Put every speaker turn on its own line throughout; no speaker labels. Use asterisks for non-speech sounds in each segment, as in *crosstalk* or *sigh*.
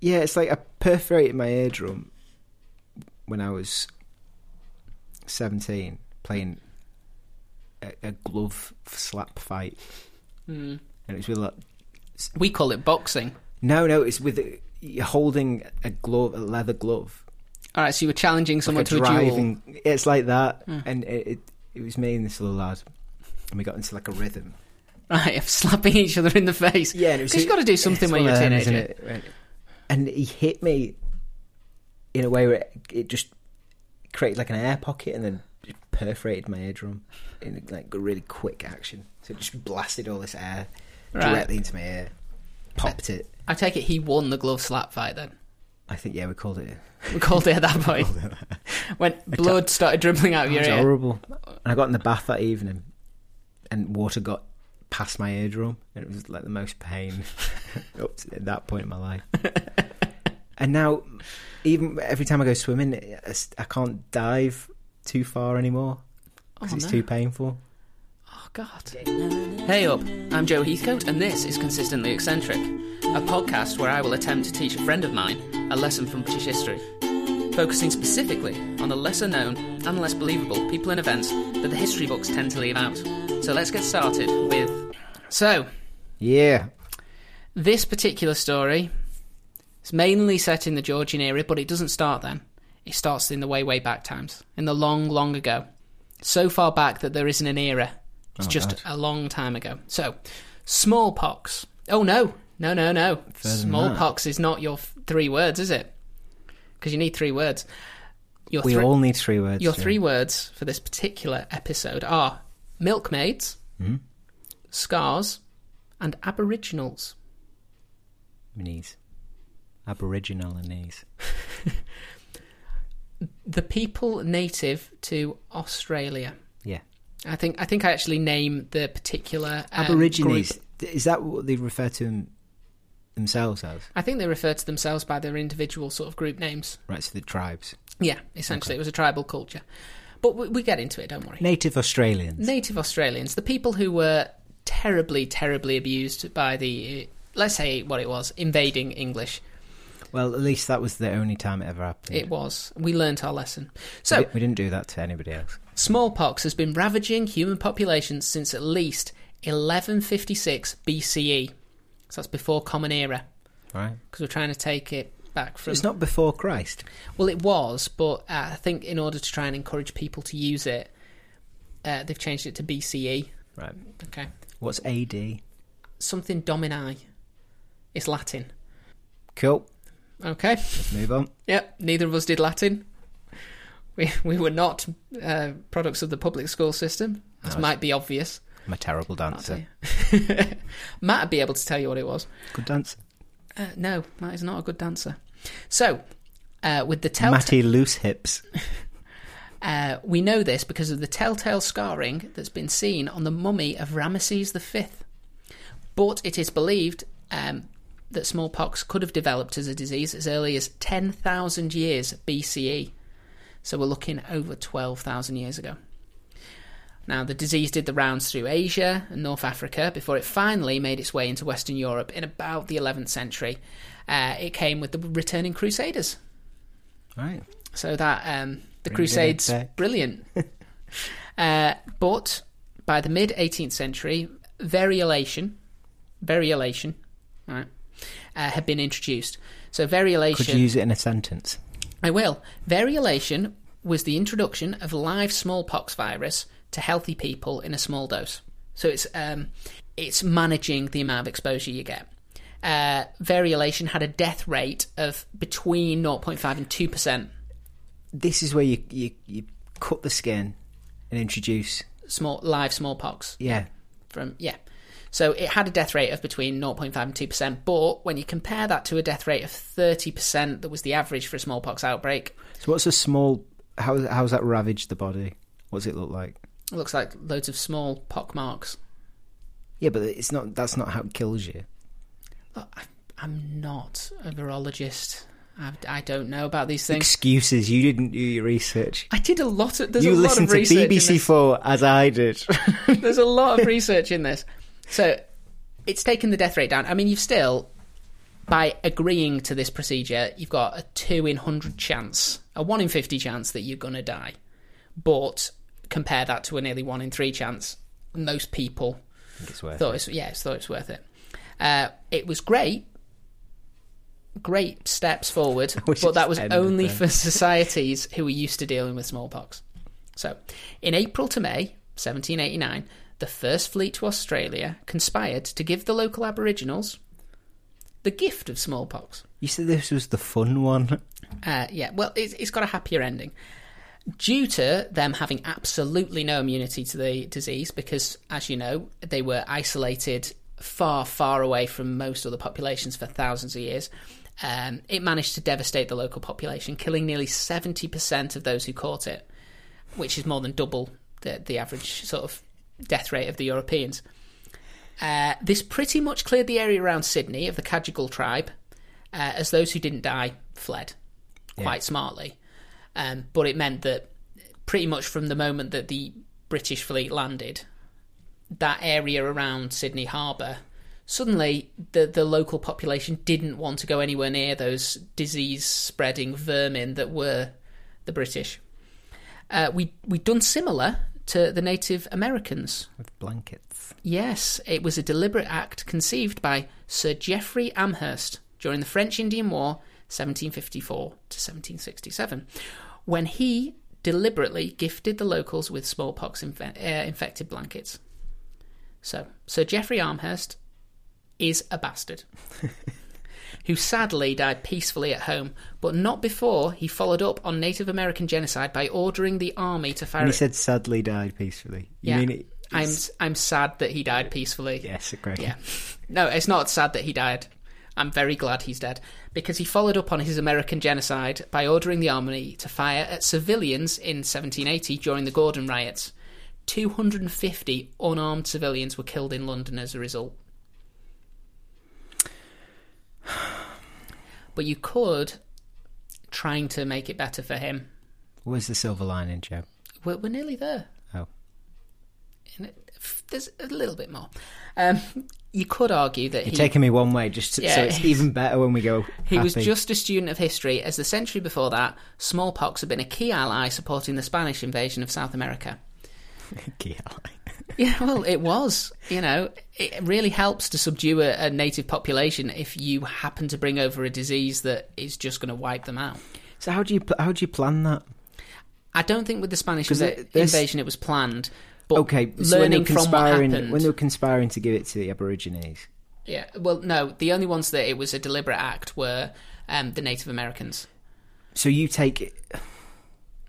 Yeah, it's like I perforated my eardrum when I was 17 playing a, a glove slap fight. And it's with like,
We call it boxing.
no, no, it's with a- you're holding a glove, a leather glove.
All right, so you Hmm. were challenging someone
like
to a duel.
driving- It's like that. And it, it, it was me and this little lad. And we got into like a rhythm.
*laughs* Right, of slapping each other in the face.
Yeah, and it was-
because you've got to do something
it's
when you're a
one of them, isn't
teenager.
it? Right. And he hit me in a way where it, it just created like an air pocket and then just perforated my eardrum in like a really quick action. So it just blasted all this air
Right.
directly into my ear, popped it.
I take it he won the glove slap fight then.
I think yeah, we called it.
We called it at that point. *laughs* when blood started dribbling out of
It
your
was
ear.
horrible. And I got in the bath that evening, and water got past my eardrum, and it was like the most pain *laughs* up to at that point in my life. and now, even every time I go swimming, I, s- I can't dive too far anymore because
Oh,
it's
no.
too painful.
Oh, God. Hey up, I'm Joe Heathcote, and this is Consistently Eccentric, a podcast where I will attempt to teach a friend of mine a lesson from British history, focusing specifically on the lesser known and less believable people and events that the history books tend to leave out. So let's get started with. So,
Yeah,
this particular story is mainly set in the Georgian era, but it doesn't start then. It starts in the way, way back times, in the long, long ago. So far back that there isn't an era.
Oh,
It's just a long time ago. So, smallpox. Oh, no. No, no, no. Smallpox is not your f- three words, is it? Because you need three words. Your
we
thr-
all need three words.
your
Jim.
three words for this particular episode are milkmaids,
Hmm?
scars, and aboriginals.
knees, Aboriginal and knees.
the people native to Australia.
Yeah,
I think I think I actually name the particular um,
Aborigines.
group.
Is that what they refer to them, themselves as?
I think they refer to themselves by their individual sort of group names.
Right, so the tribes.
Yeah, essentially, it was a tribal culture. But we, we get into it. Don't worry.
Native Australians.
Native Australians, the people who were terribly, terribly abused by the let's say what it was invading English.
Well, at least that was the only time it ever happened.
It was. We learnt our lesson. So
we, we didn't do that to anybody else.
Smallpox has been ravaging human populations since at least 1156 BCE. E. So that's before Common Era,
Right?
because we're trying to take it back from.
It's not before Christ.
Well, it was, but uh, I think in order to try and encourage people to use it, uh, they've changed it to BCE.
Right.
Okay.
What's AD?
Something domini. It's Latin.
Cool.
Okay.
Let's move on.
Yep. Neither of us did Latin. We, we were not uh, products of the public school system, as might be obvious.
I'm a terrible dancer.
*laughs* Matt would be able to tell you what it was.
Good dancer.
Uh, no, Matt is not a good dancer. So, uh, with the telltale,
Matty Loose Hips.
uh, we know this because of the telltale scarring that's been seen on the mummy of Ramesses V. But it is believed um, that smallpox could have developed as a disease as early as 10,000 years BCE. So we're looking over 12,000 years ago. Now, the disease did the rounds through Asia and North Africa before it finally made its way into Western Europe in about the 11th century. Uh, it came with the returning Crusaders.
Right.
So that um, the
Bringing it
Crusades,
back. *laughs*
brilliant. uh, but by the mid 18th century, variolation, variolation, right, uh, had been introduced. So variolation.
Could you use it in a sentence?
I will. Variolation was the introduction of live smallpox virus to healthy people in a small dose. So it's um, it's managing the amount of exposure you get. Uh, variolation had a death rate of between 0.5 and 2%.
This is where you, you, you cut the skin and introduce.
small live smallpox
Yeah.
from yeah. So it had a death rate of between 0.5 and 2%, but when you compare that to a death rate of 30% that was the average for a smallpox outbreak,
So what's a small. How, how's that ravaged the body? What's it look like?
it looks like loads of small pock marks.
Yeah, but it's not. That's not how it kills you.
Look, I, I'm not a virologist. I, I don't know about these things.
Excuses. You didn't do your research.
I did a lot of there's
You
a lot
listened
of
to
research. in this.
BBC Four as I
*laughs*
did.
There's a lot of research in this. So it's taken the death rate down. I mean, you've still by agreeing to this procedure, you've got a 2 in 100 chance, a 1 in 50 chance that you're going to die. But compare that to a nearly 1 in 3 chance. Most people
I think it's worth
thought it's, yeah, thought it's worth it. Uh, it was great. Great
*laughs*
steps forward,
wish
but
it *laughs*
that was
ended
only
there.
for societies who were used to dealing with smallpox. So, in April to May 1789, the first fleet to Australia conspired to give the local Aboriginals the gift of smallpox.
You said this was the fun one.
Uh, yeah, well, it's, it's got a happier ending. Due to them having absolutely no immunity to the disease, because, as you know, they were isolated far, far away from most other populations for thousands of years, um, it managed to devastate the local population, killing nearly 70% of those who caught it, which is more than double the, the average sort of death rate of the Europeans. Uh, this pretty much cleared the area around Sydney of the Cajigal tribe, uh, as those who didn't die fled quite smartly. Um, but it meant that pretty much from the moment that the British fleet landed, that area around Sydney Harbour, suddenly the, the local population didn't want to go anywhere near those disease spreading vermin that were the British. Uh, we, we'd done similar to the Native Americans.
With blankets.
Yes, it was a deliberate act conceived by Sir Geoffrey Amherst during the French Indian War 1754 to 1767 when he deliberately gifted the locals with smallpox infe- uh, infected blankets. So, Sir Geoffrey Amherst is a
*laughs*
bastard who sadly died peacefully at home, but not before he followed up on Native American genocide by ordering the army to fire
And he said sadly died peacefully. You
yeah.
mean it?
I'm I'm sad that he died peacefully.
Yes, great.
Yeah. No, it's not sad that he died. I'm very glad he's dead because he followed up on his American genocide by ordering the army to fire at civilians in 1780 during the Gordon riots. 250 unarmed civilians were killed in London as a result. *sighs* But you could trying to make it better for him.
Where's the silver lining, Joe?
We're, we're nearly there.
Oh,
And it- There's a little bit more. Um, you could argue that
you're
he
taking me one way, just to, so
Yeah.
it's even better when we go.
*laughs* He was
happy.
just a student of history, as the century before that, smallpox had been a key ally supporting the Spanish invasion of South
*laughs*
America.
Key ally.
Yeah, well, it was. You know, it really helps to subdue a, a native population if you happen to bring over a disease that is just going to wipe them out.
*laughs* So how do you pl- how do you plan that?
I don't think with the Spanish
'Cause
inv-
it- this-
invasion it was planned. But
Okay, so when they were
learning from what
conspiring,
happened.
when they were conspiring to give it to the Aborigines,
Yeah, well, no, the only ones that it was a deliberate act were um, the Native Americans.
so you take it.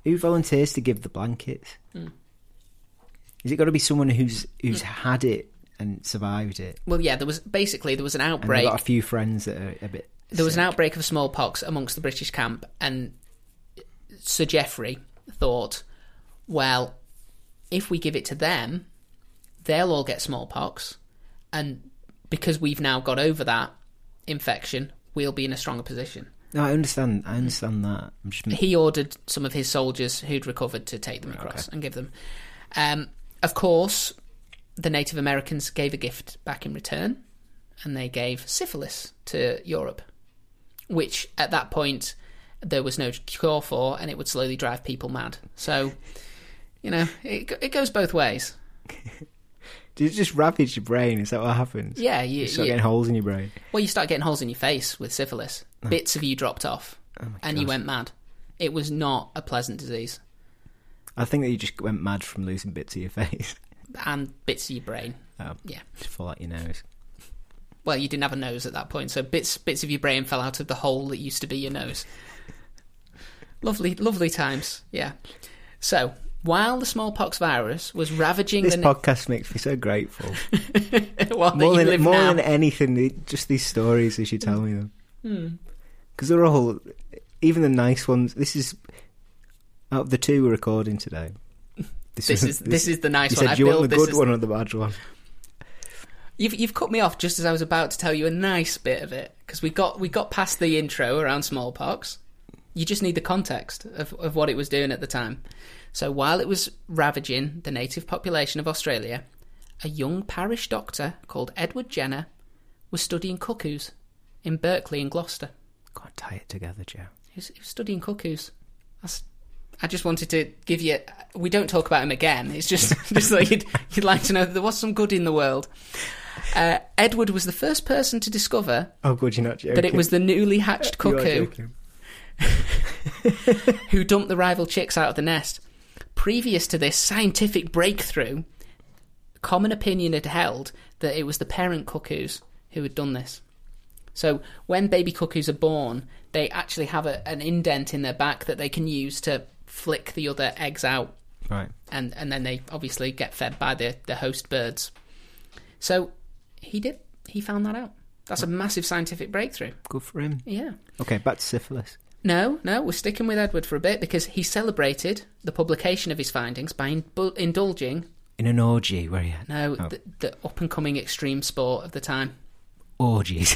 Who volunteers to give the blankets?
Hmm.
Is it got to be someone who's who's had it and survived it?
Well, yeah, there was basically there was an
And
outbreak.
they got a few friends that are a bit.
there was an
sick.
outbreak of smallpox amongst the British camp, and Sir Geoffrey thought, well, if we give it to them, they'll all get smallpox, and because we've now got over that infection, we'll be in a stronger position.
No, I understand.
Hmm.
I understand that. I'm just
He ordered some of his soldiers who'd recovered to take them across and give them. Um, of course, the Native Americans gave a gift back in return, and they gave syphilis to Europe, which at that point there was no cure for, and it would slowly drive people mad. So, you know, it, go- it goes both ways.
Did it just ravage your brain? Is that what happens?
Yeah, you,
You start
you-
getting holes in your brain.
well, you start getting holes in your face with syphilis. Bits of you dropped off,
Oh
and you went mad. It was not a pleasant disease.
I think that you just went mad from losing bits of your face. *laughs*
and bits of your brain.
Oh.
Yeah.
Just fall out your nose.
Well, you didn't have a nose at that point, so bits bits of your brain fell out of the hole that used to be your nose. lovely, lovely times. Yeah. So while the smallpox virus was ravaging
This
the *laughs*
podcast makes me so grateful.
well, that
more
you
than
live
more
now,
than anything, the- just these stories as you tell me them.
Hmm.
Because they're all, even the nice ones. This is out of the two we're recording
*laughs*
today.
this
isn't- *laughs*
is this is the nice
You
one.
said
I
do you
build
want the
this
good
as-
one or the bad one?
You've you've cut me off just as I was about to tell you a nice bit of it because we got we got past the intro around smallpox. You just need the context of, of what it was doing at the time. So while it was ravaging the native population of Australia, a young parish doctor called Edward Jenner was studying cuckoos in Berkeley in Gloucester.
Can't tie it together, Joe.
He was, he was studying cuckoos. That's, I just wanted to give you. We don't talk about him again. It's just just that you'd, you'd like to know that there was some good in the world. Uh, Edward was the first person to discover
Oh, good, you're not joking.
that it was the newly hatched cuckoo who dumped the rival chicks out of the nest. Previous to this scientific breakthrough, common opinion had held that it was the parent cuckoos who had done this. So when baby cuckoos are born, they actually have a, an indent in their back that they can use to flick the other eggs out,
Right.
and, and then they obviously get fed by the, the host birds. So he did. He found that out. That's a massive scientific breakthrough.
Good for him.
Yeah.
Okay, back to syphilis.
No, no, we're sticking with Edward for a bit because he celebrated the publication of his findings by in- bu- indulging,
In an orgy, where you had
no,
Oh.
the, the up and coming extreme sport of the time,
orgies.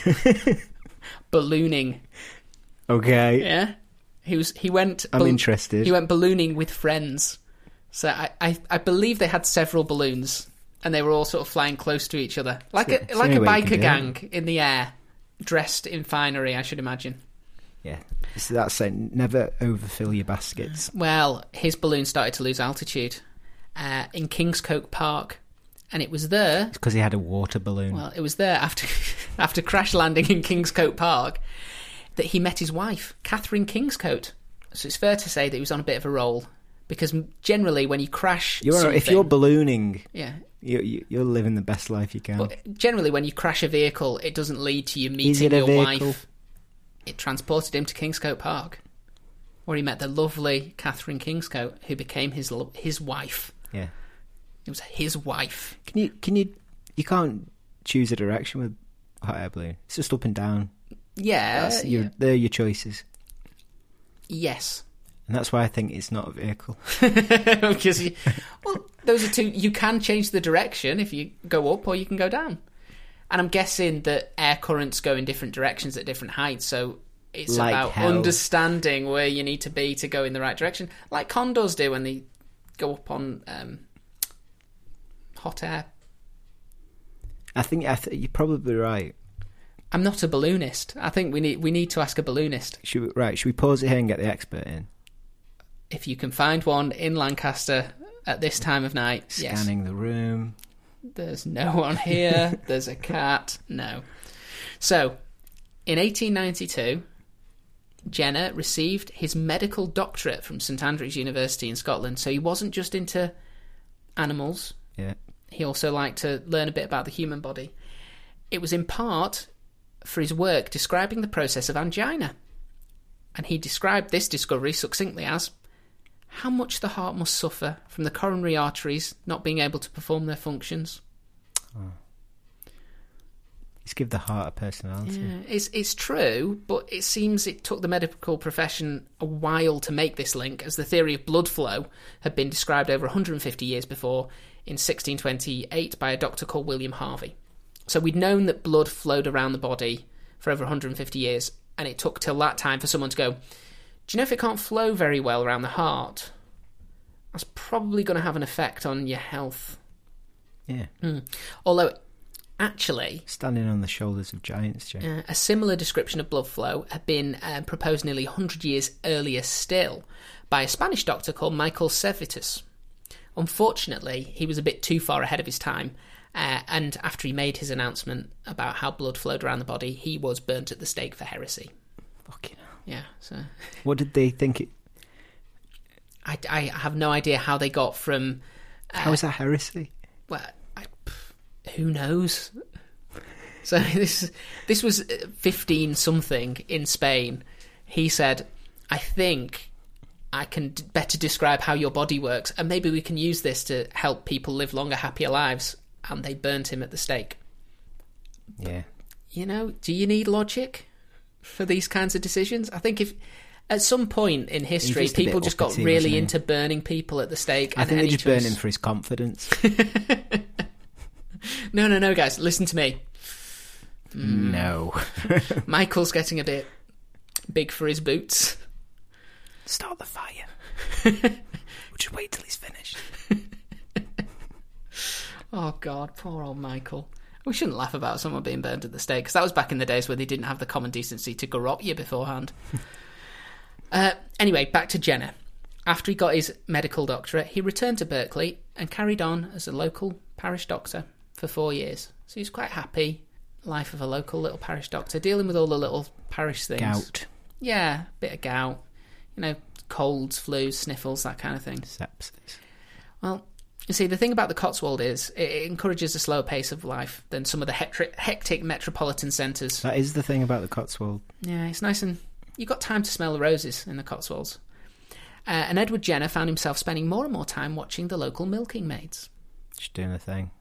ballooning.
*laughs* okay.
Yeah, he was. He went.
I'm
bal-
interested.
He went ballooning with friends. So I, I, I believe they had several balloons and they were all sort of flying close to each other, like
It's the- it's
a
the
like a
only way you can
biker
do it.
gang in the air, dressed in finery. I should imagine.
Yeah. So that's it. Never overfill your baskets.
Well, his balloon started to lose altitude uh, in Kingscote Park, and it was there.
It's because he had a water balloon.
Well, it was there after *laughs* after crash landing in Kingscote Park that he met his wife, Catherine Kingscote. So it's fair to say that he was on a bit of a roll because m- generally when you crash,
you're, if
something-
you're ballooning,
yeah.
you, you, you're living the best life you can.
Well, generally, when you crash a vehicle, it doesn't lead to you
Is
meeting
it a
your
vehicle?
wife. It transported him to Kingscote Park, where he met the lovely Catherine Kingscote, who became his lo- his wife.
Yeah.
It was his wife.
Can you? Can you? You can't choose a direction with hot air balloon. It's just up and down.
Yeah.
That's your,
yeah.
They're your choices,
Yes.
and that's why I think it's not a vehicle. *laughs*
*laughs* because you, well, those are two. You can change the direction if you go up or you can go down. And I'm guessing that air currents go in different directions at different heights, so it's
Like
about
hell.
understanding where you need to be to go in the right direction, like condors do when they go up on um, hot air.
I think I th- you're probably right.
I'm not a balloonist. I think we need we need to ask a balloonist
Should we, right? Should we pause it here and get the expert in?
if you can find one in Lancaster at this time of night. Yes.
Scanning the room.
There's no *laughs* one here. There's a cat. No. So, in 1892, Jenner received his medical doctorate from St Andrews University in Scotland. So he wasn't just into animals,
Yeah.
he also liked to learn a bit about the human body. It was in part for his work describing the process of angina. And he described this discovery succinctly as how much the heart must suffer from the coronary arteries not being able to perform their functions.
Let's give the heart a personality.
Yeah, it's it's true, but it seems it took the medical profession a while to make this link, as the theory of blood flow had been described over 150 years before in 1628 by a doctor called William Harvey. So we'd known that blood flowed around the body for over 150 years, and it took till that time for someone to go, "Do you know if it can't flow very well around the heart, that's probably going to have an effect on your health."
Yeah. Mm.
Although, actually,
Standing on the shoulders of giants, Joe.
uh, a similar description of blood flow had been um, proposed nearly 100 years earlier still by a Spanish doctor called Michael Servetus. Unfortunately, he was a bit too far ahead of his time, uh, and after he made his announcement about how blood flowed around the body, he was burnt at the stake for heresy.
Fucking hell.
Yeah, so
What did they think? It,
I, I have no idea how they got from.
how is that heresy?
Well, I, pff, who knows? So *laughs* this this was uh, fifteen something in Spain. He said, "I think I can d- better describe how your body works, and maybe we can use this to help people live longer, happier lives." And they burnt him at the stake.
Yeah.
You know, do you need logic for these kinds of decisions? I think if at some point in history
just a bit
people just got
uppity, wasn't
really
he?
into burning people at the stake,
I
and
think they
any
just
choice-
burn him for his *laughs* confidence.
No, no, no, guys, listen to me.
no.
Michael's getting a bit big for his boots.
Start the fire. we'll just wait till he's finished.
Oh God, poor old Michael. We shouldn't laugh about someone being burned at the stake because that was back in the days where they didn't have the common decency to garrot you beforehand. uh, anyway, back to Jenner. After he got his medical doctorate, he returned to Berkeley and carried on as a local parish doctor for four years. So he was quite happy, life of a local little parish doctor, dealing with all the little parish things.
Gout,
Yeah, bit of gout, you know, colds, flus, sniffles, that kind of thing.
sepsis.
Well, you see, the thing about the Cotswold is it- it encourages a slower pace of life than some of the hectic, hectic metropolitan centres.
That is the thing about the Cotswold.
Yeah, it's nice and you've got time to smell the roses in the Cotswolds. Uh, and Edward Jenner found himself spending more and more time watching the local milking maids.
Just doing the thing.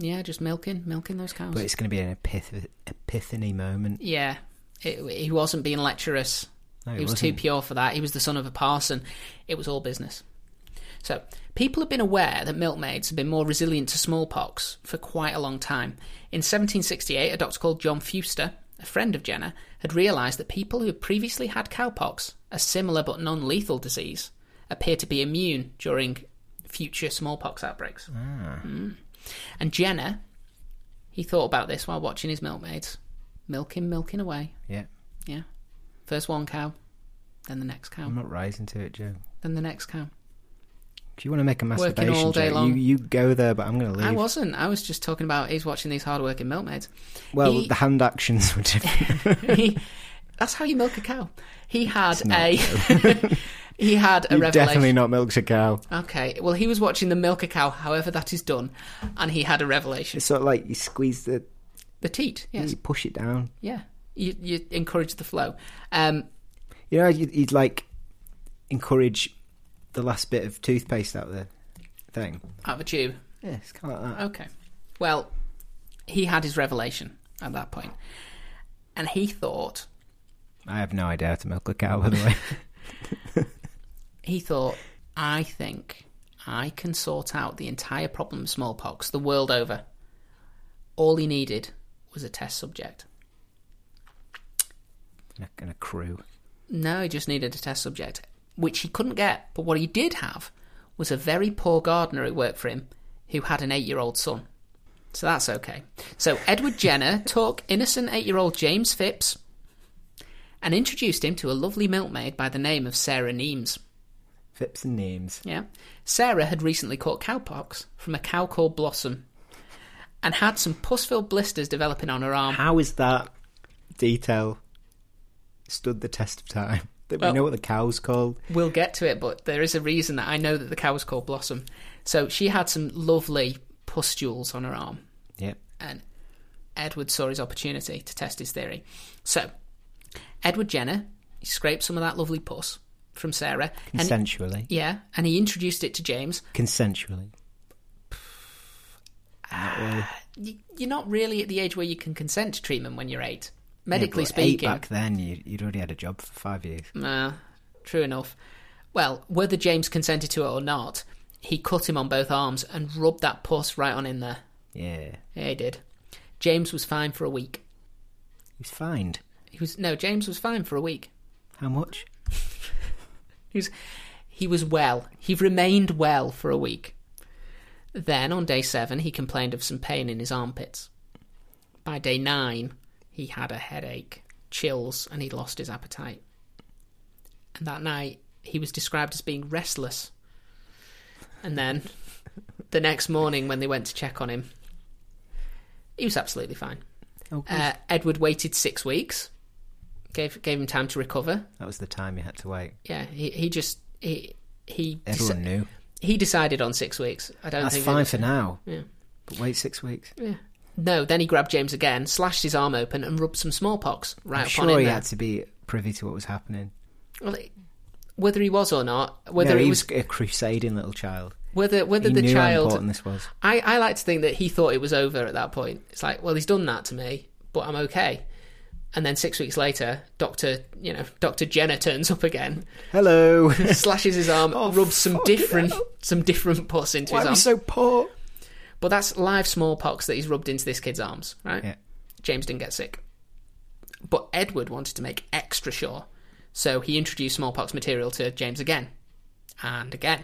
Yeah, just milking, milking those cows.
But it's going to be an epith- epiphany moment.
yeah, it, he wasn't being lecherous.
No, it
he was
wasn't.
too pure for that. He was the son of a parson. It was all business. So, people have been aware that milkmaids have been more resilient to smallpox for quite a long time. In 1768, a doctor called John Fuster, a friend of Jenner, had realised that people who had previously had cowpox, a similar but non lethal disease, appear to be immune during future smallpox outbreaks.
Ah.
Mm. And Jenner, he thought about this while watching his milkmaids. Milking, milking away.
Yeah,
Yeah. First one cow, then the next cow,
I'm not rising to it, Joe.
then the next cow.
If you want to make a
Working
masturbation
all day
joke,
long.
You, you go there, but I'm going to leave.
I wasn't. I was just talking about he's watching these hardworking
*laughs*
milkmaids.
well,
He-
the hand actions were different.
he, that's how you milk a cow. He had
not,
a *laughs* he had a
You've
revelation.
definitely not milked a cow.
Okay, well he was watching the milk a cow, however that is done, and he had a revelation.
It's sort of like you squeeze the,
The teat, yes,
you push it down.
yeah. You, you encourage the flow. Um,
You know, you'd, you'd like encourage the last bit of toothpaste out of the thing.
out of a tube.
Yeah, it's kind of like that.
Okay. Well, he had his revelation at that point, and he thought
I have no idea how to milk a cow, by the way. *laughs*
he thought, I think I can sort out the entire problem of smallpox the world over. All he needed was a test subject.
and, a, and a crew.
No, he just needed a test subject, which he couldn't get. But what he did have was a very poor gardener who worked for him who had an eight year old son. So that's okay. So Edward Jenner *laughs* took innocent eight year old James Phipps and introduced him to a lovely milkmaid by the name of Sarah Neames.
Phipps and Neems.
Yeah. Sarah had recently caught cowpox from a cow called Blossom and had some pus filled blisters developing on her arm.
How is that detail stood the test of time? *laughs* That
Well-
we know what the cow's called.
We'll get to it, but there is a reason that I know that the cow was called Blossom. So she had some lovely pustules on her arm,
Yep.
and Edward saw his opportunity to test his theory. So, Edward Jenner he scraped some of that lovely pus from Sarah. And,
Consensually.
yeah, and he introduced it to James.
Consensually. That way.
Y- You're not really at the age where you can consent to treatment when you're eight.
Yeah,
Medically
but eight
speaking,
back then, you, you'd already had a job for five years.
Nah, true enough. Well, whether James consented to it or not, he cut him on both arms and rubbed that pus right on in there.
Yeah.
Yeah, he did. James was fine for a week.
He was fined.
He was no, James was fine for a week.
How much?
He was he was well. He remained well for a week. Then on day seven he complained of some pain in his armpits. By day nine he had a headache, chills, and he lost his appetite. And that night he was described as being restless. And then the next morning when they went to check on him, he was absolutely fine.
Oh,
Uh, Edward waited six weeks, gave gave him time to recover.
that was the time you had to wait.
Yeah, he, he just he he
Everyone knew.
he decided on six weeks. I don't
That's
think it
fine
was-
for now.
Yeah.
But wait six weeks.
yeah. No, then he grabbed James again, slashed his arm open, and rubbed some smallpox right
I'm
upon
sure
him.
he
there.
had to be privy to what was happening.
Well, it- whether he was or not, whether
no,
it
he
was
was a crusading little child.
whether whether
He
the
knew how
child,
important this was.
I I like to think that he thought it was over at that point. It's like, well, he's done that to me, but I'm okay. And then six weeks later, Doctor, you know, Doctor Jenner turns
*laughs*
up again. *laughs*
Hello. Why
slashes his arm,
Oh,
rubs some
fucking
different some different pus into his
are we
arm.
so poor?
but that's live smallpox that he's rubbed into this kid's arms, right?
Yeah.
James didn't get sick. But Edward wanted to make extra sure, so he introduced smallpox material to James again and again.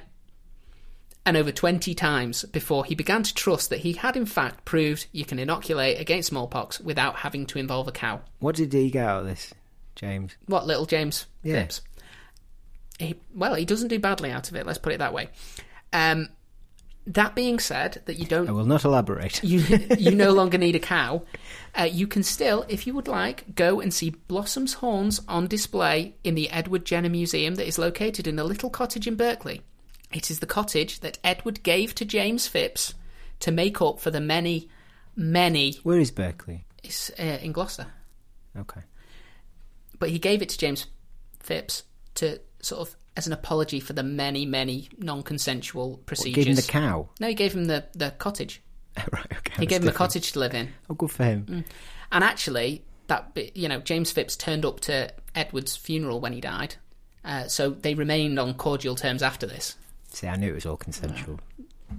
and over 20 times before he began to trust that he had in fact proved you can inoculate against smallpox without having to involve a cow.
What did he get out of this, James?
What little James
Yeah.
Phipps? He, well, he doesn't do badly out of it. Let's put it that way. Um, that being said, that you don't
I will not elaborate.
*laughs* you you no longer need a cow. Uh, you can still, if you would like, go and see Blossom's horns on display in the Edward Jenner Museum that is located in a little cottage in Berkeley. It is the cottage that Edward gave to James Phipps to make up for the many, many
Where is Berkeley?
it's, uh, in Gloucester.
Okay.
But he gave it to James Phipps to sort of as an apology for the many, many non-consensual procedures.
Gave him the cow. *laughs*
no, he gave him the, the cottage.
right, okay.
He gave him Mm. a cottage to live in.
Oh, good for him.
And actually, that bit- you know, James Phipps turned up to Edward's funeral when he died, uh, so they remained on cordial terms after this.
See, I knew it was all consensual.
Ah.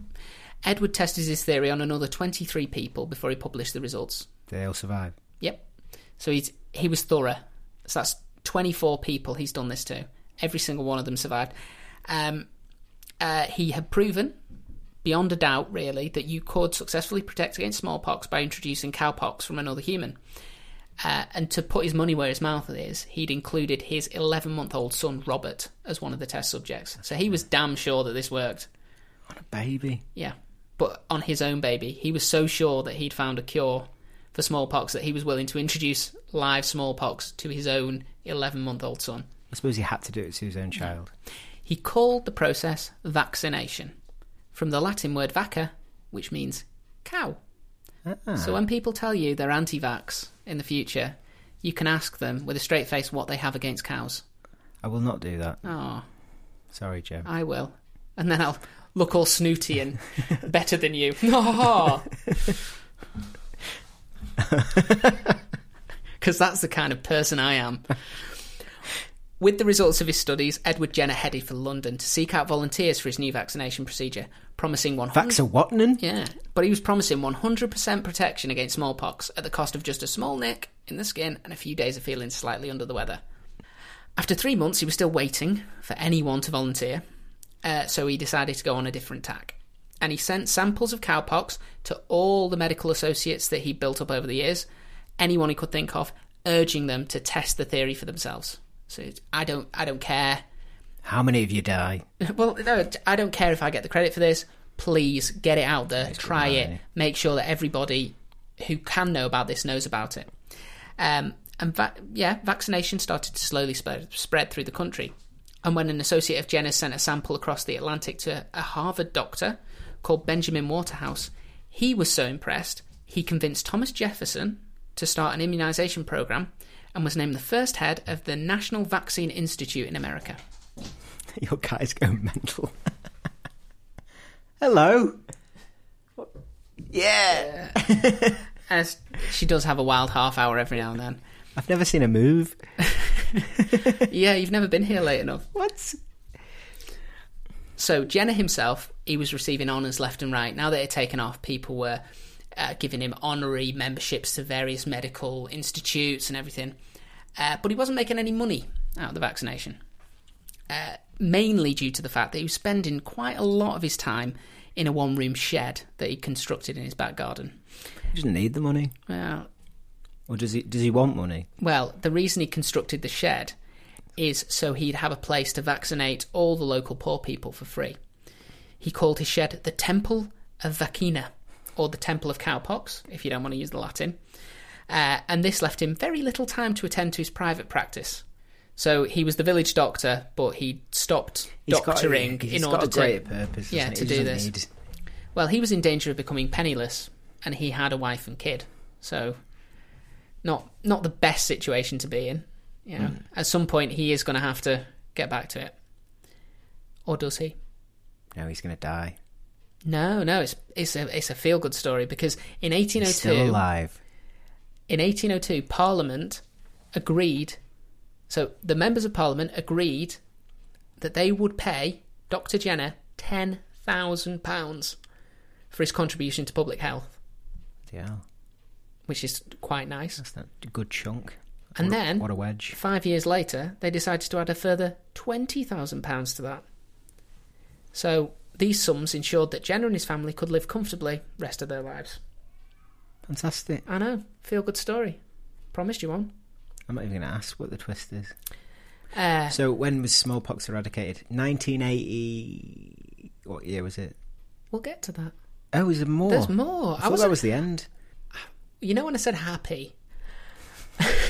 Edward tested his theory on another 23 people before he published the results.
Did they all survive?
Yep. So he's, he was thorough. So that's 24 people he's done this to. Every single one of them survived. Um, uh, he had proven, beyond a doubt, really, that you could successfully protect against smallpox by introducing cowpox from another human. Uh, and to put his money where his mouth is, he'd included his 11 month old son, Robert, as one of the test subjects. So he was damn sure that this worked.
What a baby.
Yeah. But on his own baby, he was so sure that he'd found a cure for smallpox that he was willing to introduce live smallpox to his own 11 month old son.
I suppose he had to do it to his own child.
He called the process vaccination from the Latin word vacca, which means cow.
Ah.
So when people tell you they're anti vax in the future, you can ask them with a straight face what they have against cows.
I will not do that.
Oh,
Sorry, Joe.
I will. And then I'll look all snooty and better than you. Because that's the kind of person I am. With the results of his studies, Edward Jenner headed for London to seek out volunteers for his new vaccination procedure, promising 100
Vaxa Watnan?
yeah, but he was promising 100% protection against smallpox at the cost of just a small nick in the skin and a few days of feeling slightly under the weather. After three months, he was still waiting for anyone to volunteer, uh, so he decided to go on a different tack. And he sent samples of cowpox to all the medical associates that he built up over the years, anyone he could think of, urging them to test the theory for themselves. So it's, I don't, I don't care.
How many of you die? *laughs*
Well, no, I don't care if I get the credit for this. Please get it out there, try
good
it,
idea.
make sure that everybody who can know about this knows about it. Um, and va- yeah, vaccination started to slowly spread, spread through the country. And when an associate of Jenner sent a sample across the Atlantic to a Harvard doctor called Benjamin Waterhouse, he was so impressed he convinced Thomas Jefferson to start an immunization program and was named the first head of the National Vaccine Institute in America.
Your guy's going mental. *laughs* Hello. Yeah.
As she does have a wild half hour every now and then.
I've never seen a
*laughs*
move. *laughs*
Yeah, you've never been here late enough.
What?
So Jenner himself, he was receiving honours left and right. Now that it had taken off, people were uh, giving him honorary memberships to various medical institutes and everything. Uh, but he wasn't making any money out of the vaccination, uh, mainly due to the fact that he was spending quite a lot of his time in a one-room shed that he constructed in his back garden.
He doesn't need the money,
Well,
or does he? Does he want money?
Well, the reason he constructed the shed is so he'd have a place to vaccinate all the local poor people for free. He called his shed the Temple of Vacina, or the Temple of Cowpox, if you don't want to use the Latin. Uh, and this left him very little time to attend to his private practice. So he was the village doctor, but he stopped
He's got-
doctoring
he's
in
got
order
a great
to.
purpose.
yeah,
doesn't
to
he? He
do
doesn't
this.
need-
Well, he was in danger of becoming penniless, and he had a wife and kid, so not not the best situation to be in. You
Mm.
know, at some point he is going to have to get back to it, or does he?
No, he's going to die.
No, no, it's it's a it's a feel good story because in
He's still
1802,
alive.
in 1802, Parliament agreed. So the members of Parliament agreed that they would pay Dr. Jenner ten thousand pounds for his contribution to public health.
Yeah,
which is quite nice.
that's that good chunk.
And
What a-
then-
what a wedge.
Five years later, they decided to add a further £20,000 to that. So These sums ensured that Jenner and his family could live comfortably rest of their lives.
Fantastic.
I know, feel good story. Promised you one.
I'm not even going to ask what the twist is.
Uh,
So, when was smallpox eradicated? 1980. What year was it?
we'll get to that.
Oh, is there more?
There's more.
I
I,
thought
was,
that was the
*laughs*
end.
you know, when I said happy,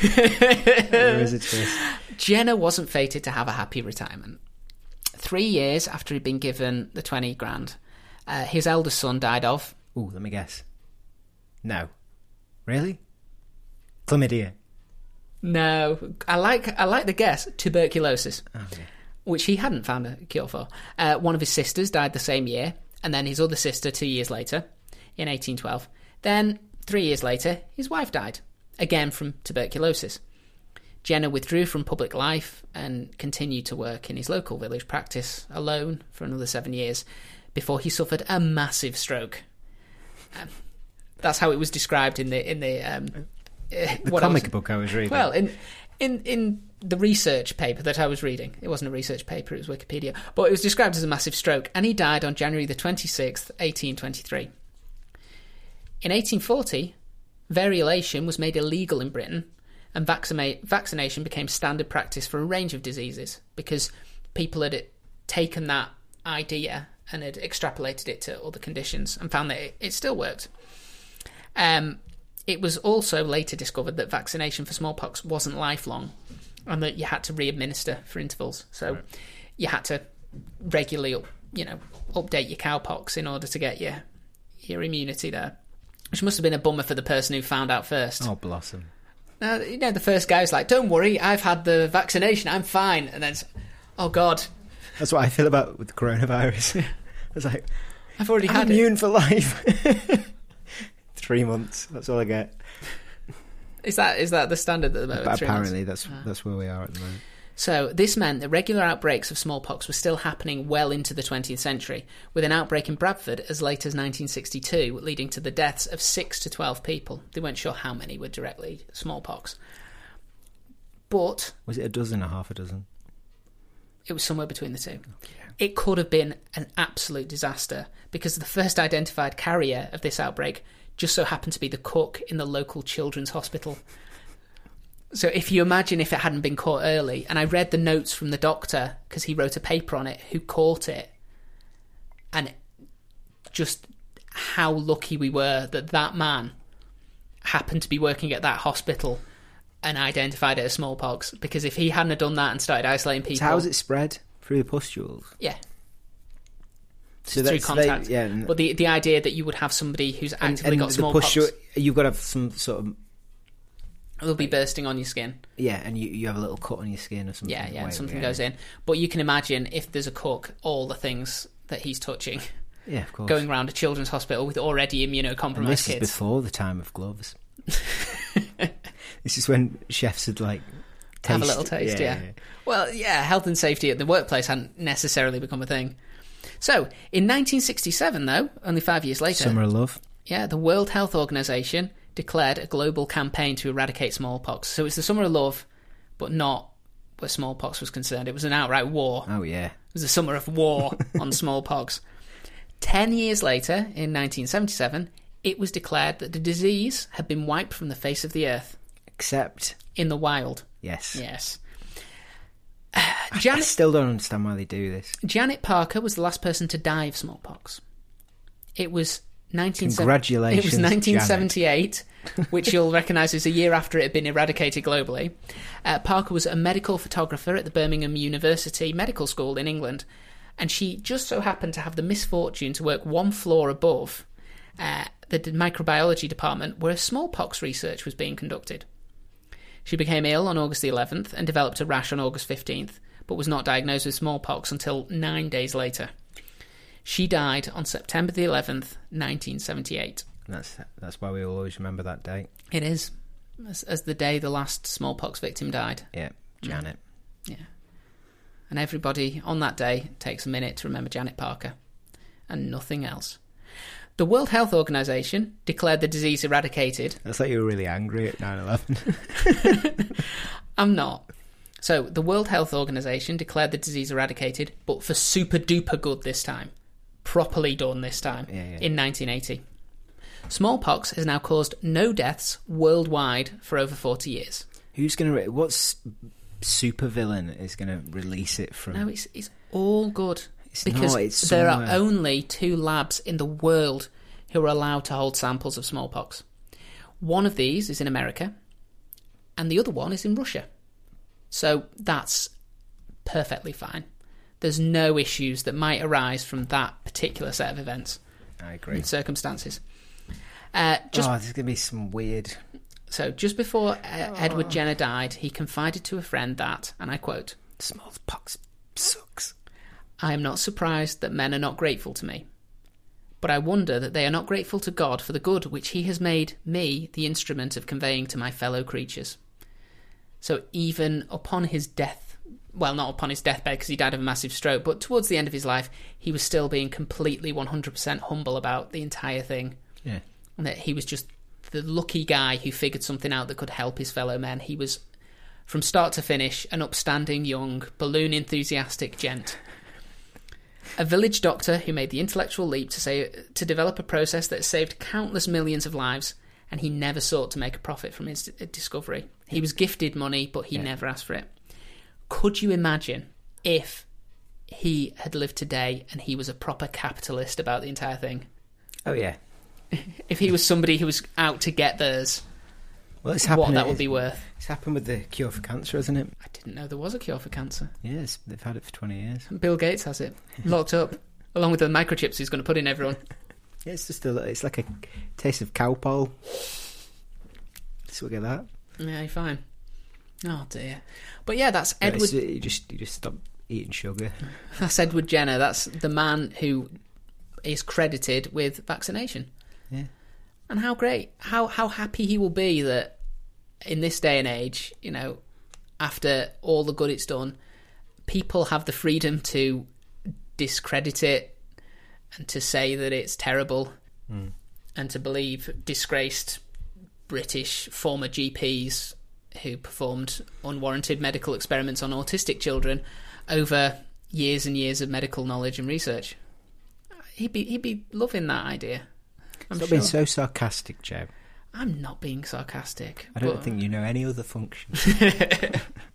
There is a twist.
Jenner wasn't fated to have a happy retirement. Three years after he'd been given the twenty grand, uh, his eldest son died of
Ooh, let me guess. No. Really? Chlamydia.
No, I like I like the guess tuberculosis,
Oh,
which he hadn't found a cure for. Uh, one of his sisters died the same year, and then his other sister two years later, in 1812. Then three years later, his wife died again from tuberculosis. Jenner withdrew from public life and continued to work in his local village practice alone for another seven years before he suffered a massive stroke. Um, that's how it was described in the in the, um, uh,
The
what I was-
comic book I was reading.
well, in in in the research paper that I was reading, it wasn't a research paper; it was Wikipedia. But it was described as a massive stroke, and he died on January the twenty sixth, eighteen twenty three. In eighteen forty, variolation was made illegal in Britain, and vaccina- vaccination became standard practice for a range of diseases because people had taken that idea and had extrapolated it to other conditions and found that it, it still worked. Um, it was also later discovered that vaccination for smallpox wasn't lifelong and that you had to re-administer for intervals. So you had to regularly, you know, update your cowpox in order to get your, your immunity there. Which must have been a bummer for the person who found out first.
oh, Blossom.
Now, you know, the first guy was like, don't worry, I've had the vaccination, I'm fine. And then, it's, oh God,
That's what I feel about with the coronavirus. *laughs* it's like,
I've already
I'm
had it.
immune for life. *laughs* Three months. That's all I get.
Is that, is that the standard at the moment?
But
Uh, three months? Uh.
apparently, that's that's where we are at the moment.
So, this meant that regular outbreaks of smallpox were still happening well into the 20th century, with an outbreak in Bradford as late as 1962, leading to the deaths of 6 to 12 people. They weren't sure how many were directly smallpox. But
Was it a dozen or half a dozen?
it was somewhere between the two. It could have been an absolute disaster because the first identified carrier of this outbreak just so happened to be the cook in the local children's hospital. So if you imagine if it hadn't been caught early, and I read the notes from the doctor because he wrote a paper on it who caught it, and just how lucky we were that that man happened to be working at that hospital and identified it as smallpox because if he hadn't have done that and started isolating people,
So how is it spread through the pustules?
yeah,
So
through
that's- they-
contact.
yeah, and,
But the the idea that you would have somebody who's actively
and
got
the
smallpox
pustule, you've got to have some sort of
will be bursting on your skin.
yeah, and you, you have a little cut on your skin or something.
Yeah, yeah,
Mm, Wait,
something
yeah.
goes in. But you can imagine if there's a cook, all the things that he's touching
Yeah, of course.
going around a children's hospital with already
And this
immunocompromised
is
kids.
before the time of gloves.
*laughs*
this is when chefs had like taste.
Have a little taste, yeah. Well, yeah, health and safety at the workplace hadn't necessarily become a thing. So, in 1967, though, only five years later,
Summer of love.
Yeah, the World Health Organization declared a global campaign to eradicate smallpox. So it's the summer of love, but not where smallpox was concerned. It was an outright war.
Oh yeah.
It was a summer of war on smallpox. Ten years later, in 1977, it was declared that the disease had been wiped from the face of the earth
Except
in the wild.
yes.
Yes. *sighs*
I
Janet,
still don't understand why they do this.
Janet Parker was the last person to die of smallpox. It was 1970.
Congratulations.
It was 1978, which you'll recognise as a year after it had been eradicated globally. Uh, Parker was a medical photographer at the Birmingham University Medical School in England, and she just so happened to have the misfortune to work one floor above uh, the d- microbiology department where smallpox research was being conducted. She became ill on August the 11th and developed a rash on August 15th, but was not diagnosed with smallpox until nine days later. She died on September the 11th, 1978.
Janet. That's that's why we will always remember that date.
It is. As, as the day the last smallpox victim died.
Yeah, Janet.
And everybody on that day takes a minute to remember Janet Parker and nothing else. The World Health Organization declared the disease eradicated.
That's like you were really angry at *laughs* 9/11.
I'm not. So, the World Health Organization declared the disease eradicated, but for super duper good this time. properly done this time
Yeah, yeah.
in 1980. Smallpox has now caused no deaths worldwide for over 40 years.
Who's going to? What's supervillain is going to release it from?
No, it's it's all good
It's
because
not, it's
there are
somewhere.
only two labs in the world who are allowed to hold samples of smallpox. One of these is in America, and the other one is in Russia. So that's perfectly fine. There's no issues that might arise from that particular set of events
I agree.
and circumstances. Uh, just
oh, there's going to be some weird.
so, just before uh,
Oh.
Edward Jenner died, he confided to a friend that, and I quote.
Smallpox sucks.
I am not surprised that men are not grateful to me. But I wonder that they are not grateful to God for the good which He has made me the instrument of conveying to my fellow creatures. So even upon his death, well, not upon his deathbed because he died of a massive stroke, but towards the end of his life, he was still being completely 100% humble about the entire thing.
Yeah.
And that he was just the lucky guy who figured something out that could help his fellow men. He was, from start to finish, an upstanding young, balloon enthusiastic gent. A village doctor who made the intellectual leap to say to develop a process that saved countless millions of lives, and he never sought to make a profit from his d- discovery. He was gifted money, but he never asked for it. Could you imagine if he had lived today and he was a proper capitalist about the entire thing?
Oh yeah.
If he was somebody who was out to get theirs,
Well, it's
what
happened.
that would be worth.
It's happened with the cure for cancer, isn't it?
I didn't know there was a cure for cancer.
Yes, they've had it for twenty years.
Bill Gates has it locked up, *laughs* along with the microchips he's going to put in everyone.
Yeah, It's just a. It's like a taste of cow poll. Just look at that.
Yeah, you're fine. Oh dear. But yeah, that's
No, it's-
Edward.
you just you just stop eating sugar.
That's Edward Jenner. That's the man who is credited with vaccination.
Yeah.
And how great, how how happy he will be that in this day and age, you know, after all the good it's done, people have the freedom to discredit it and to say that it's terrible and to believe disgraced British former GPs who performed unwarranted medical experiments on autistic children over years and years of medical knowledge and research. He'd be he'd be loving that idea. I'm
Stop
sure.
being so sarcastic, Joe.
I'm not being sarcastic.
I don't
but- *laughs*
think you know any other function.